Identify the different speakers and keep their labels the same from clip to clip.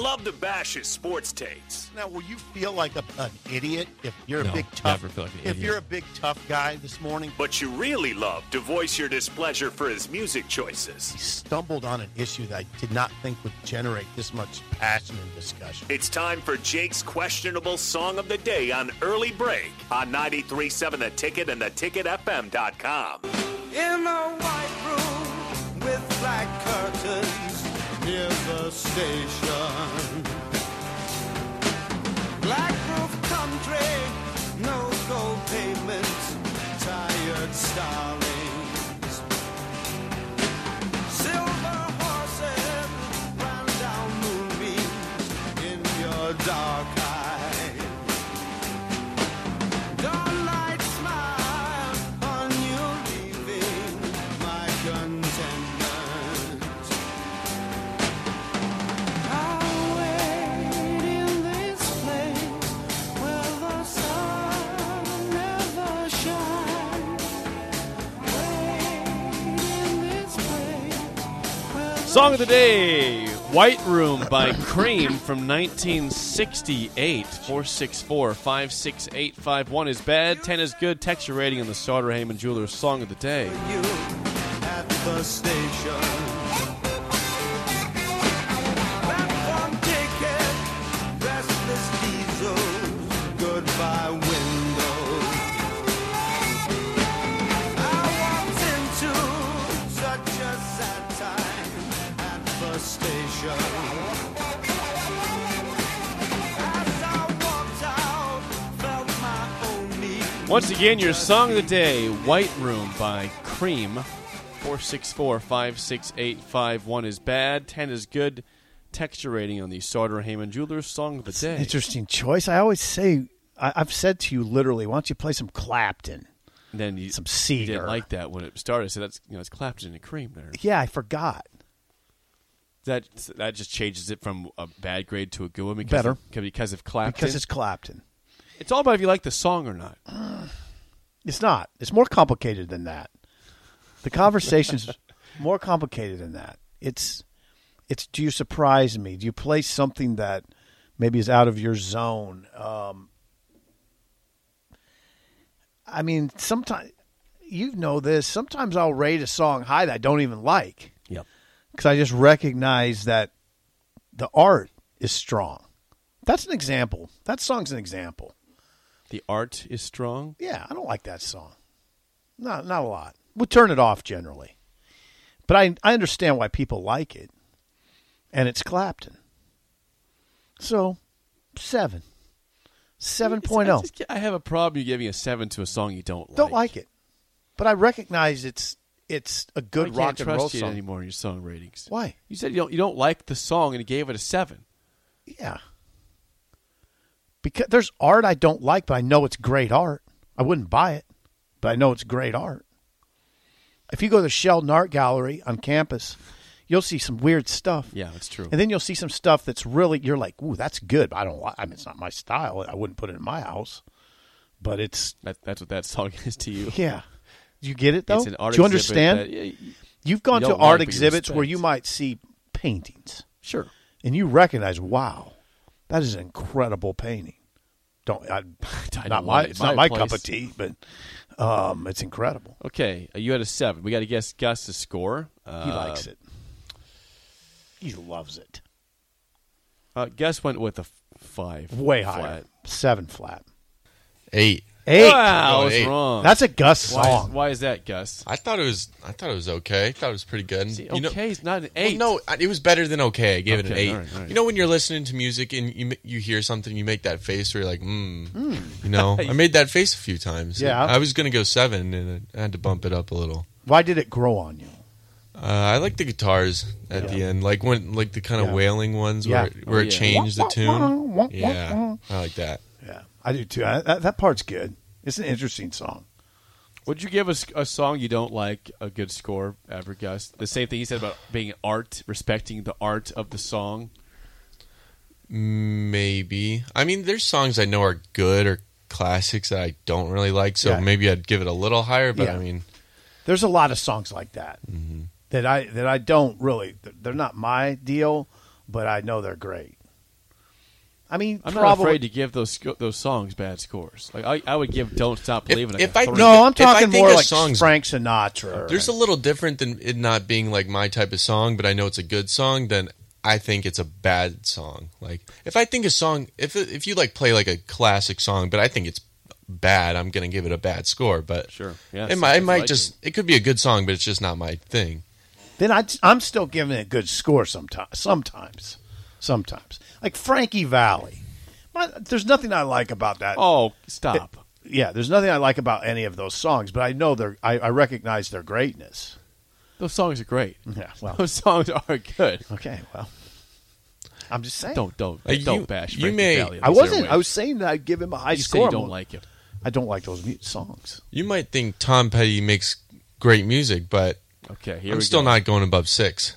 Speaker 1: Love to bash his sports takes.
Speaker 2: Now, will you feel like a, an idiot if you're
Speaker 3: No,
Speaker 2: a big tough?
Speaker 3: never feel like an
Speaker 2: if
Speaker 3: idiot.
Speaker 2: you're a big tough guy this morning,
Speaker 1: But you really love to voice your displeasure for his music choices.
Speaker 2: I stumbled on an issue that I did not think would generate this much passion and discussion.
Speaker 1: It's time for Jake's questionable song of the day on Early Break on 93.7 The Ticket and theticketfm.com.
Speaker 4: In a white room with black curtains near the station. Black roof country, no gold pavements, tired starlings. Silver horses ran down moonbeams in your dark eyes. Dawnlight smile on you leaving my contentment. I'll wait in this place where the sun never shines. Wait in this place where the
Speaker 3: Song of the day, White Room by Cream from 1968. 464 56851 is bad, 10 is good. Texture rating on the Sauter Heyman Jewelers Song of the Day.
Speaker 4: you at the station. Platform ticket, restless diesels, goodbye windows. I walked into such a sad time at the station. As I walked out, felt my own need.
Speaker 3: Once again, your Song of the Day, White Room by Cream. 464 56851 is bad, 10 is good. Texture rating on the Sauter Heyman Jewelers Song of the Day.
Speaker 5: Interesting choice. I always say, I, I've said to you literally, why don't you play some Clapton?
Speaker 3: And then you,
Speaker 5: Some
Speaker 3: you
Speaker 5: Seeger.
Speaker 3: didn't like that when it started, so that's, you know, it's clapped into Cream there.
Speaker 5: Yeah, I forgot.
Speaker 3: That that just changes it from a bad grade to a good one because
Speaker 5: Better.
Speaker 3: of, because of Clapton.
Speaker 5: Because it's Clapton.
Speaker 3: It's all about if you like the song or not.
Speaker 5: It's not. It's more complicated than that. The conversation's more complicated than that. It's it's do you surprise me? Do you play something that maybe is out of your zone? Um, I mean, sometimes you know this. Sometimes I'll rate a song high that I don't even like
Speaker 3: Yep.
Speaker 5: because I just recognize that the art is strong. That's an example. That song's an example.
Speaker 3: The art is strong.
Speaker 5: Yeah, I don't like that song. Not not a lot. We'll turn it off generally. But I I understand why people like it. And it's Clapton. So seven. Seven point
Speaker 3: I
Speaker 5: oh.
Speaker 3: just- I have a problem you giving a seven to a song you don't like.
Speaker 5: Don't like it. But I recognize it's it's a
Speaker 3: I
Speaker 5: good
Speaker 3: can't
Speaker 5: rock and
Speaker 3: trust
Speaker 5: roll
Speaker 3: you
Speaker 5: song.
Speaker 3: anymore in your song ratings.
Speaker 5: Why?
Speaker 3: You said you don't you don't like the song and you gave it a seven.
Speaker 5: Yeah. Because there's art I don't like, but I know it's great art. I wouldn't buy it, but I know it's great art. If you go to the Sheldon Art Gallery on campus, You'll see some weird stuff.
Speaker 3: Yeah, that's true.
Speaker 5: And then you'll see some stuff that's really you're like, ooh, that's good. But I don't. li- I mean, it's not my style. I wouldn't put it in my house. But it's
Speaker 3: That, that's what that song is to you.
Speaker 5: yeah. Do you get it though?
Speaker 3: It's an art
Speaker 5: Do you
Speaker 3: exhibit
Speaker 5: understand?
Speaker 3: that- yeah, y-
Speaker 5: You've gone
Speaker 3: you
Speaker 5: to
Speaker 3: don't like,
Speaker 5: art
Speaker 3: but you
Speaker 5: exhibits where
Speaker 3: respect.
Speaker 5: you might see paintings
Speaker 3: sure.
Speaker 5: and you recognize, wow, that is an incredible painting. Don't I,
Speaker 3: don't
Speaker 5: not my
Speaker 3: want it
Speaker 5: it's
Speaker 3: in
Speaker 5: not
Speaker 3: my
Speaker 5: my cup
Speaker 3: place.
Speaker 5: of tea, but um, it's incredible.
Speaker 3: Okay, uh, you had a seven. We got to guess Gus's score. Uh,
Speaker 5: He likes it. He loves it.
Speaker 3: Uh, Gus went with a f- five.
Speaker 5: Way
Speaker 3: flat.
Speaker 5: higher, seven flat.
Speaker 6: Eight.
Speaker 5: Eight.
Speaker 3: Wow, I was
Speaker 6: Eight.
Speaker 3: wrong.
Speaker 5: That's a Gus
Speaker 3: why, is-
Speaker 5: song.
Speaker 3: why is that, Gus?
Speaker 6: I thought it was. I thought it was okay. I thought it was pretty good.
Speaker 3: See,
Speaker 6: You know-
Speaker 3: okay, it's not an
Speaker 6: Well,
Speaker 3: eight.
Speaker 6: no, I- it was better than okay. I gave it an
Speaker 3: Okay,
Speaker 6: eight.
Speaker 3: all right, all right.
Speaker 6: You know when you're listening to music and you ma- you hear something, you make that face where you're like, mm,
Speaker 3: Hmm.
Speaker 6: you know. I made that face a few times.
Speaker 5: Yeah.
Speaker 6: I was gonna go seven, and I had to bump it up a little.
Speaker 5: Why did it grow on you?
Speaker 6: Uh, I like the guitars at the end, like when like the kind of
Speaker 5: Yeah.
Speaker 6: wailing ones
Speaker 5: Yeah.
Speaker 6: where it- where
Speaker 3: Oh,
Speaker 6: it
Speaker 3: yeah.
Speaker 6: changed the tune.
Speaker 5: Wah, wah,
Speaker 6: Yeah, I like that.
Speaker 5: Yeah, I do too. I, that, that part's good. It's an interesting song.
Speaker 3: Would you give us a song you don't like a good score ever, Gus? The same thing he said about being art, respecting the art of the song.
Speaker 6: Maybe. I mean, there's songs I know are good or classics that I don't really like, so
Speaker 5: Yeah.
Speaker 6: maybe I'd give it a little higher. But
Speaker 5: Yeah.
Speaker 6: I mean,
Speaker 5: There's a lot of songs like that that I that I don't really. They're not my deal, but I know they're great. I mean,
Speaker 3: I'm not
Speaker 5: probably
Speaker 3: afraid to give those sc- those songs bad scores. Like I, I would give "Don't Stop
Speaker 6: If-
Speaker 3: Believing."
Speaker 6: if
Speaker 3: like
Speaker 6: I-
Speaker 3: a three.
Speaker 5: No, I'm
Speaker 6: If I
Speaker 5: talking
Speaker 6: think
Speaker 5: more
Speaker 6: a
Speaker 5: like
Speaker 6: song's-
Speaker 5: Frank Sinatra.
Speaker 6: there's a little different than it not being like my type of song, but I know it's a good song. Then I think it's a bad song. Like if I think a song, if if you like play like a classic song, but I think it's bad, I'm gonna give it a bad score. But
Speaker 3: Sure. Yeah,
Speaker 6: it might it
Speaker 3: sometimes I
Speaker 6: might
Speaker 3: like
Speaker 6: just it could be a good song, but it's just not my thing.
Speaker 5: then I, I'm still giving it a good score sometimes. Sometimes, sometimes like Frankie Valley. My, there's nothing I like about that.
Speaker 3: oh, stop!
Speaker 5: Yeah, there's nothing I like about any of those songs, but I know they're. I, I recognize their greatness.
Speaker 3: those songs are great.
Speaker 5: Yeah, well.
Speaker 3: those songs are good.
Speaker 5: Okay, well, I'm just saying.
Speaker 3: Don't don't
Speaker 6: Like,
Speaker 3: don't
Speaker 6: you-
Speaker 3: bash.
Speaker 6: you
Speaker 3: Frankie
Speaker 6: may-
Speaker 3: Valli in
Speaker 5: I
Speaker 3: these
Speaker 5: wasn't.
Speaker 3: airwaves.
Speaker 5: I was saying that I'd give him a high
Speaker 3: You say
Speaker 5: score.
Speaker 3: you
Speaker 5: I'm
Speaker 3: don't
Speaker 5: like-
Speaker 3: like it.
Speaker 5: I don't like those mute songs.
Speaker 6: You might think Tom Petty makes great music, but
Speaker 3: Okay, here
Speaker 6: I'm
Speaker 3: we
Speaker 6: still
Speaker 3: go.
Speaker 6: not going above six.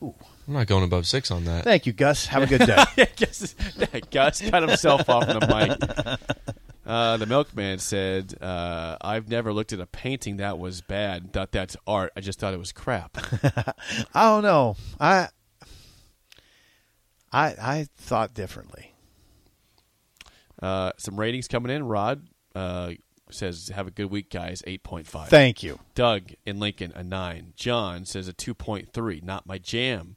Speaker 6: I'm not going above six on that.
Speaker 5: Thank you, Gus. Have a good day.
Speaker 3: yeah, Gus, yeah, Gus cut himself off the mic. Uh, the milkman said, uh, "I've never looked at a painting that was bad. and Thought that's art. I just thought it was crap."
Speaker 5: I don't know. I I I thought differently.
Speaker 3: Uh, some ratings coming in. Rod uh, says, "Have a good week, guys." Eight point five.
Speaker 5: Thank you.
Speaker 3: Doug in Lincoln a nine. John says a two point three. Not my jam.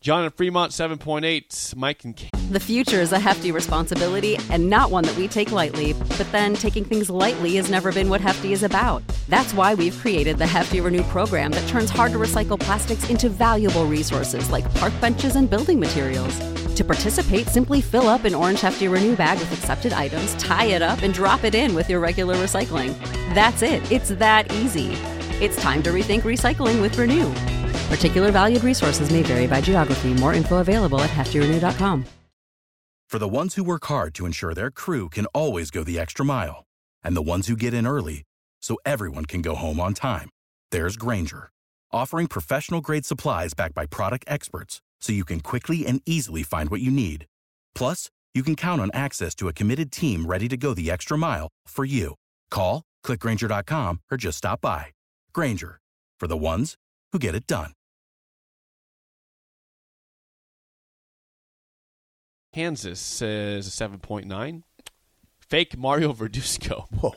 Speaker 3: John in Fremont seven point eight. Mike in
Speaker 7: The future is a hefty responsibility and not one that we take lightly, but then taking things lightly has never been what Hefty is about. That's why we've created the Hefty Renew program that turns hard to recycle plastics into valuable resources like park benches and building materials. To participate, simply fill up an orange Hefty Renew bag with accepted items, tie it up, and drop it in with your regular recycling. That's it, it's that easy. It's time to rethink recycling with Renew. Particular valued resources may vary by geography. More info available at heftyrenew.com.
Speaker 8: For the ones who work hard to ensure their crew can always go the extra mile, and the ones who get in early so everyone can go home on time, there's Granger, offering professional grade supplies backed by product experts so you can quickly and easily find what you need. Plus, you can count on access to a committed team ready to go the extra mile for you. Call, click clickgranger.com, or just stop by. Granger, for the ones who get it done.
Speaker 3: Kansas says a seven point nine. Fake Mario Verduzco
Speaker 5: Whoa.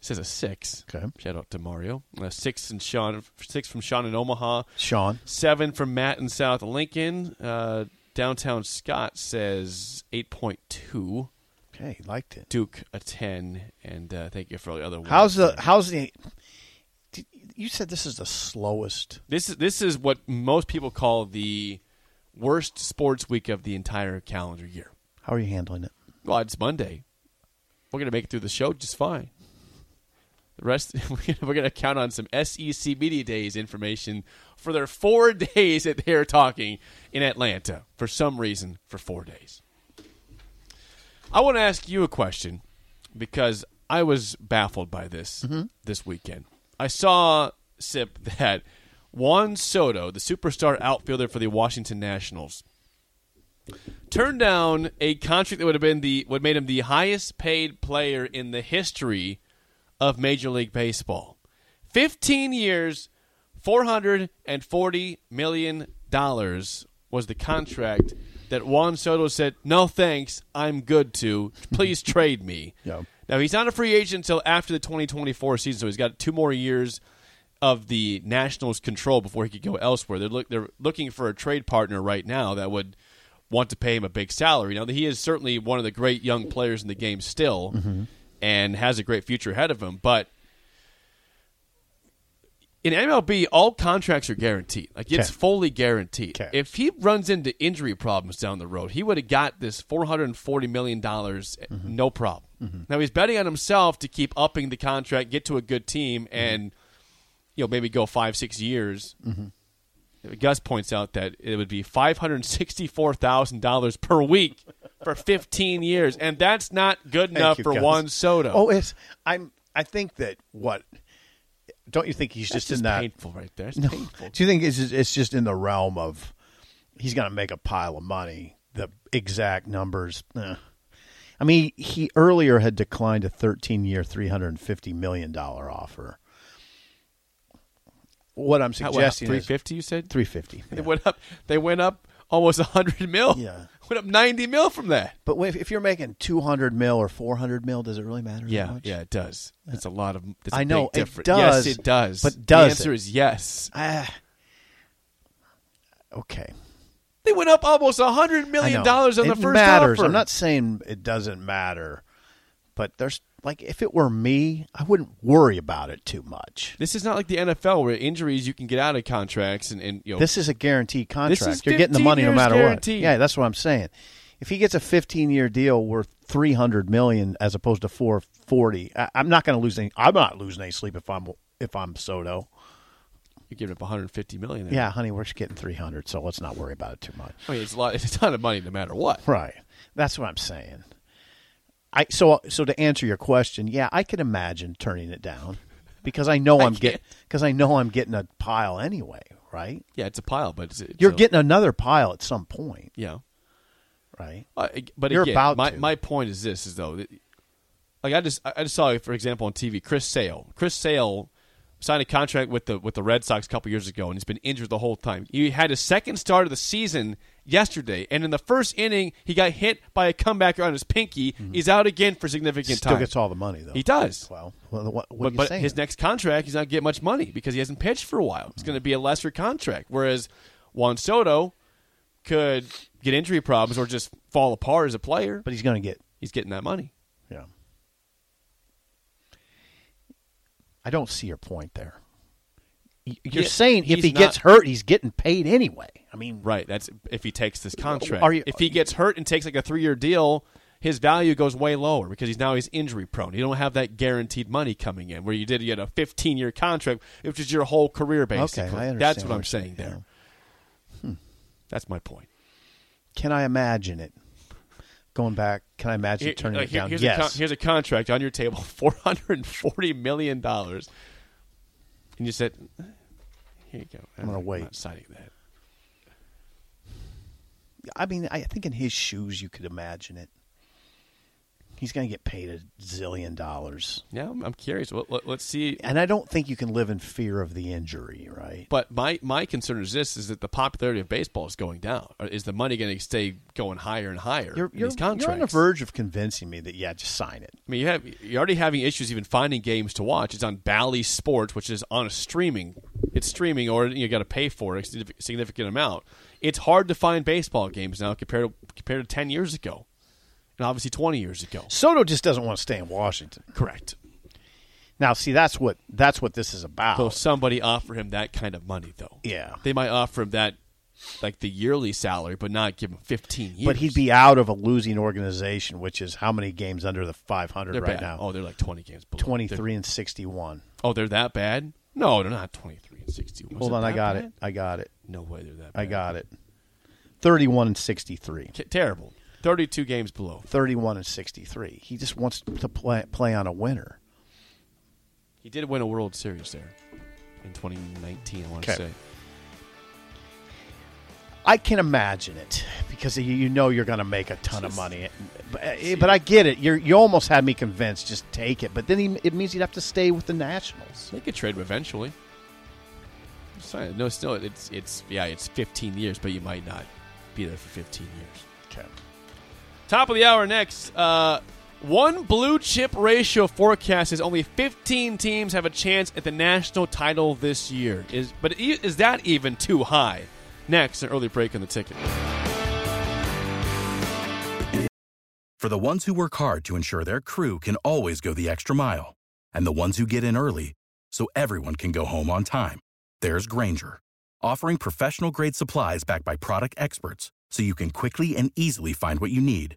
Speaker 3: says a six.
Speaker 5: Okay.
Speaker 3: Shout out to Mario. Uh, six and Sean. Six from Sean in Omaha.
Speaker 5: Sean.
Speaker 3: Seven from Matt in South Lincoln. Uh, downtown Scott says eight point two.
Speaker 5: Okay, he liked it.
Speaker 3: Duke a ten, and uh, thank you for all the other ones.
Speaker 5: How's the how's the did- you said this is the slowest.
Speaker 3: This is this is what most people call the worst sports week of the entire calendar year.
Speaker 5: How are you handling it?
Speaker 3: Well, it's Monday. We're gonna make it through the show just fine. The rest we're gonna, we're gonna count on some SEC media days information for their four days that they're talking in Atlanta for some reason for four days. I want to ask you a question because I was baffled by this this weekend. I saw Sip that Juan Soto, the superstar outfielder for the Washington Nationals, turned down a contract that would have been the would made him the highest paid player in the history of Major League Baseball. 15 years, 440 million dollars was the contract that Juan Soto said, "No thanks, I'm good to. Please trade me."
Speaker 5: Yeah.
Speaker 3: Now he's not a free agent until after the 2024 season, so he's got two more years of the Nationals' control before he could go elsewhere. They're look they're looking for a trade partner right now that would want to pay him a big salary. Now he is certainly one of the great young players in the game still, and has a great future ahead of him, but in MLB, all contracts are guaranteed. Like it's
Speaker 5: Okay.
Speaker 3: fully guaranteed.
Speaker 5: Okay.
Speaker 3: If he runs into injury problems down the road, he would have got this four hundred and forty million dollars, eh, no problem. Now he's betting on himself to keep upping the contract, get to a good team, and you know maybe go five six years.
Speaker 5: Mm-hmm.
Speaker 3: Gus points out that it would be five hundred sixty four thousand dollars per week for fifteen years, and that's not good
Speaker 5: Thank
Speaker 3: enough
Speaker 5: you,
Speaker 3: for
Speaker 5: Gus.
Speaker 3: Juan Soto.
Speaker 5: Oh, it's I'm. I think that what don't you think he's
Speaker 3: that's
Speaker 5: just, in that?
Speaker 3: painful right there. It's painful.
Speaker 5: Do you think it's just, it's just in the realm of he's going to make a pile of money? The exact numbers. eh. I mean, he earlier had declined a 13 year, $350 million offer. What I'm
Speaker 3: How- what,
Speaker 5: suggesting is
Speaker 3: 350 you said
Speaker 5: 350.
Speaker 3: They
Speaker 5: yeah.
Speaker 3: went up. They went up almost hundred mil.
Speaker 5: Yeah.
Speaker 3: went up ninety mil from that.
Speaker 5: But if, if you're making 200 mil or 400 mil, does it really matter? that much?
Speaker 3: yeah, it does. It's a lot of. That's
Speaker 5: I
Speaker 3: a
Speaker 5: know,
Speaker 3: big
Speaker 5: it
Speaker 3: difference.
Speaker 5: does,
Speaker 3: Yes, it does.
Speaker 5: but
Speaker 3: the
Speaker 5: does
Speaker 3: answer
Speaker 5: it?
Speaker 3: is yes?
Speaker 5: Ah. okay.
Speaker 3: They went up almost hundred million
Speaker 5: I know.
Speaker 3: dollars on
Speaker 5: it
Speaker 3: the first
Speaker 5: matters.
Speaker 3: offer.
Speaker 5: I'm not saying it doesn't matter, but there's like if it were me, I wouldn't worry about it too much.
Speaker 3: This is not like the NFL where injuries you can get out of contracts and, and you know
Speaker 5: This is a guaranteed contract.
Speaker 3: is
Speaker 5: You're getting the
Speaker 3: 15
Speaker 5: money no
Speaker 3: years
Speaker 5: matter
Speaker 3: guaranteed.
Speaker 5: what. Yeah, that's what I'm saying. If he gets a 15 year deal worth 300 million as opposed to 440, I, I'm not going to lose any. I'm not losing any sleep if I'm if I'm Soto.
Speaker 3: you're giving up one hundred fifty million. there.
Speaker 5: Yeah, honey, we're just getting 300, so let's not worry about it too much.
Speaker 3: I mean it's a lot. It's a ton of money no matter what.
Speaker 5: Right. That's what I'm saying. I so so to answer your question, yeah, I can imagine turning it down because I know
Speaker 3: I
Speaker 5: I'm getting because I know I'm getting a pile anyway, right?
Speaker 3: Yeah, it's a pile, but it's, it's
Speaker 5: You're
Speaker 3: a-
Speaker 5: getting another pile at some point,
Speaker 3: yeah.
Speaker 5: right?
Speaker 3: Uh, ag- but
Speaker 5: You're
Speaker 3: again,
Speaker 5: about
Speaker 3: my,
Speaker 5: to.
Speaker 3: my point is this: is though, that, like I just I I just saw, for example, on TV, Chris Sale. Chris Sale signed a contract with the with the Red Sox a couple years ago, and he's been injured the whole time. He had his second start of the season yesterday, and in the first inning, he got hit by a comebacker on his pinky. He's out again for significant
Speaker 5: Mm-hmm. Still
Speaker 3: time.
Speaker 5: gets all the money though.
Speaker 3: He does.
Speaker 5: Well, what, what, what are
Speaker 3: but
Speaker 5: you
Speaker 3: but
Speaker 5: saying?
Speaker 3: his next contract, he's not getting much money because he hasn't pitched for a while. It's going to be a lesser contract. Whereas Juan Soto could get injury problems or just fall apart as a player.
Speaker 5: but he's going to get
Speaker 3: He's getting that money.
Speaker 5: yeah. I don't see your point there. Y- You're
Speaker 3: Yeah,
Speaker 5: saying if
Speaker 3: he's
Speaker 5: he gets
Speaker 3: not-
Speaker 5: hurt, he's getting paid anyway. I mean,
Speaker 3: Right. That's if he takes this contract.
Speaker 5: Are you-
Speaker 3: if he gets hurt and takes like a three year deal, his value goes way lower because he's now he's injury prone. You don't have that guaranteed money coming in where you did you had a fifteen year contract, which is your whole career basically.
Speaker 5: I understand
Speaker 3: That's what,
Speaker 5: what
Speaker 3: I'm
Speaker 5: you're
Speaker 3: saying
Speaker 5: saying,
Speaker 3: there.
Speaker 5: yeah.
Speaker 3: That's my point.
Speaker 5: Can I imagine it? Going back, can I imagine
Speaker 3: Here-
Speaker 5: turning
Speaker 3: like,
Speaker 5: it
Speaker 3: here-
Speaker 5: down?
Speaker 3: Here's,
Speaker 5: yes.
Speaker 3: a con- here's a contract on your table, four hundred and forty million dollars, and you said, "Here you go." I'm
Speaker 5: gonna wait.
Speaker 3: not signing that.
Speaker 5: I mean, I think in his shoes, you could imagine it. He's going to get paid a zillion dollars,
Speaker 3: Yeah, I'm, I'm curious. Let, let, let's see.
Speaker 5: and I don't think you can live in fear of the injury, right?
Speaker 3: But my, my concern is this: is that the popularity of baseball is going down. Or Is the money going to stay going higher and higher?
Speaker 5: You're
Speaker 3: in
Speaker 5: you're,
Speaker 3: these contracts.
Speaker 5: you're on the verge of convincing me that yeah, just sign it.
Speaker 3: I mean, you have you're already having issues even finding games to watch. It's on Bally Sports, which is on a streaming. It's streaming, or you got to pay for it a significant amount. It's hard to find baseball games now compared to compared to ten years ago, and obviously twenty years ago.
Speaker 5: Soto just doesn't want to stay in Washington.
Speaker 3: Correct.
Speaker 5: Now, see, that's what that's what this is about.
Speaker 3: So somebody offer him that kind of money, though.
Speaker 5: Yeah.
Speaker 3: they might offer him that, like the yearly salary, but not give him fifteen years.
Speaker 5: but he'd be out of a losing organization, which is how many games under the 500
Speaker 3: They're
Speaker 5: right
Speaker 3: bad.
Speaker 5: now?
Speaker 3: Oh, they're like twenty games. Below. They're-
Speaker 5: 23 and 61.
Speaker 3: oh, they're that bad? No, they're not twenty three and sixty one.
Speaker 5: Hold on, I got it. I got it.
Speaker 3: No way they're that. bad.
Speaker 5: I got it. 31 and 63.
Speaker 3: K- terrible. Thirty two games below.
Speaker 5: 31 and 63. He just wants to play, play on a winner.
Speaker 3: He did win a World Series there. in 2019. I want to
Speaker 5: Okay.
Speaker 3: say.
Speaker 5: I can imagine it because you- you know you're going to make a ton of money. But, but I get it. You you almost had me convinced. Just take it. But then he, it means you'd have to stay with the Nationals.
Speaker 3: They could trade him eventually. I'm Sorry, no, still it's it's yeah, it's 15 years, but you might not be there for 15 years.
Speaker 5: Okay.
Speaker 3: Top of the hour next. Uh, one blue chip ratio forecast is only 15 teams have a chance at the national title this year. Is but e- is that even too high? Next, an early break on the ticket.
Speaker 8: For the ones who work hard to ensure their crew can always go the extra mile, and the ones who get in early so everyone can go home on time, there's Granger, offering professional grade supplies backed by product experts so you can quickly and easily find what you need.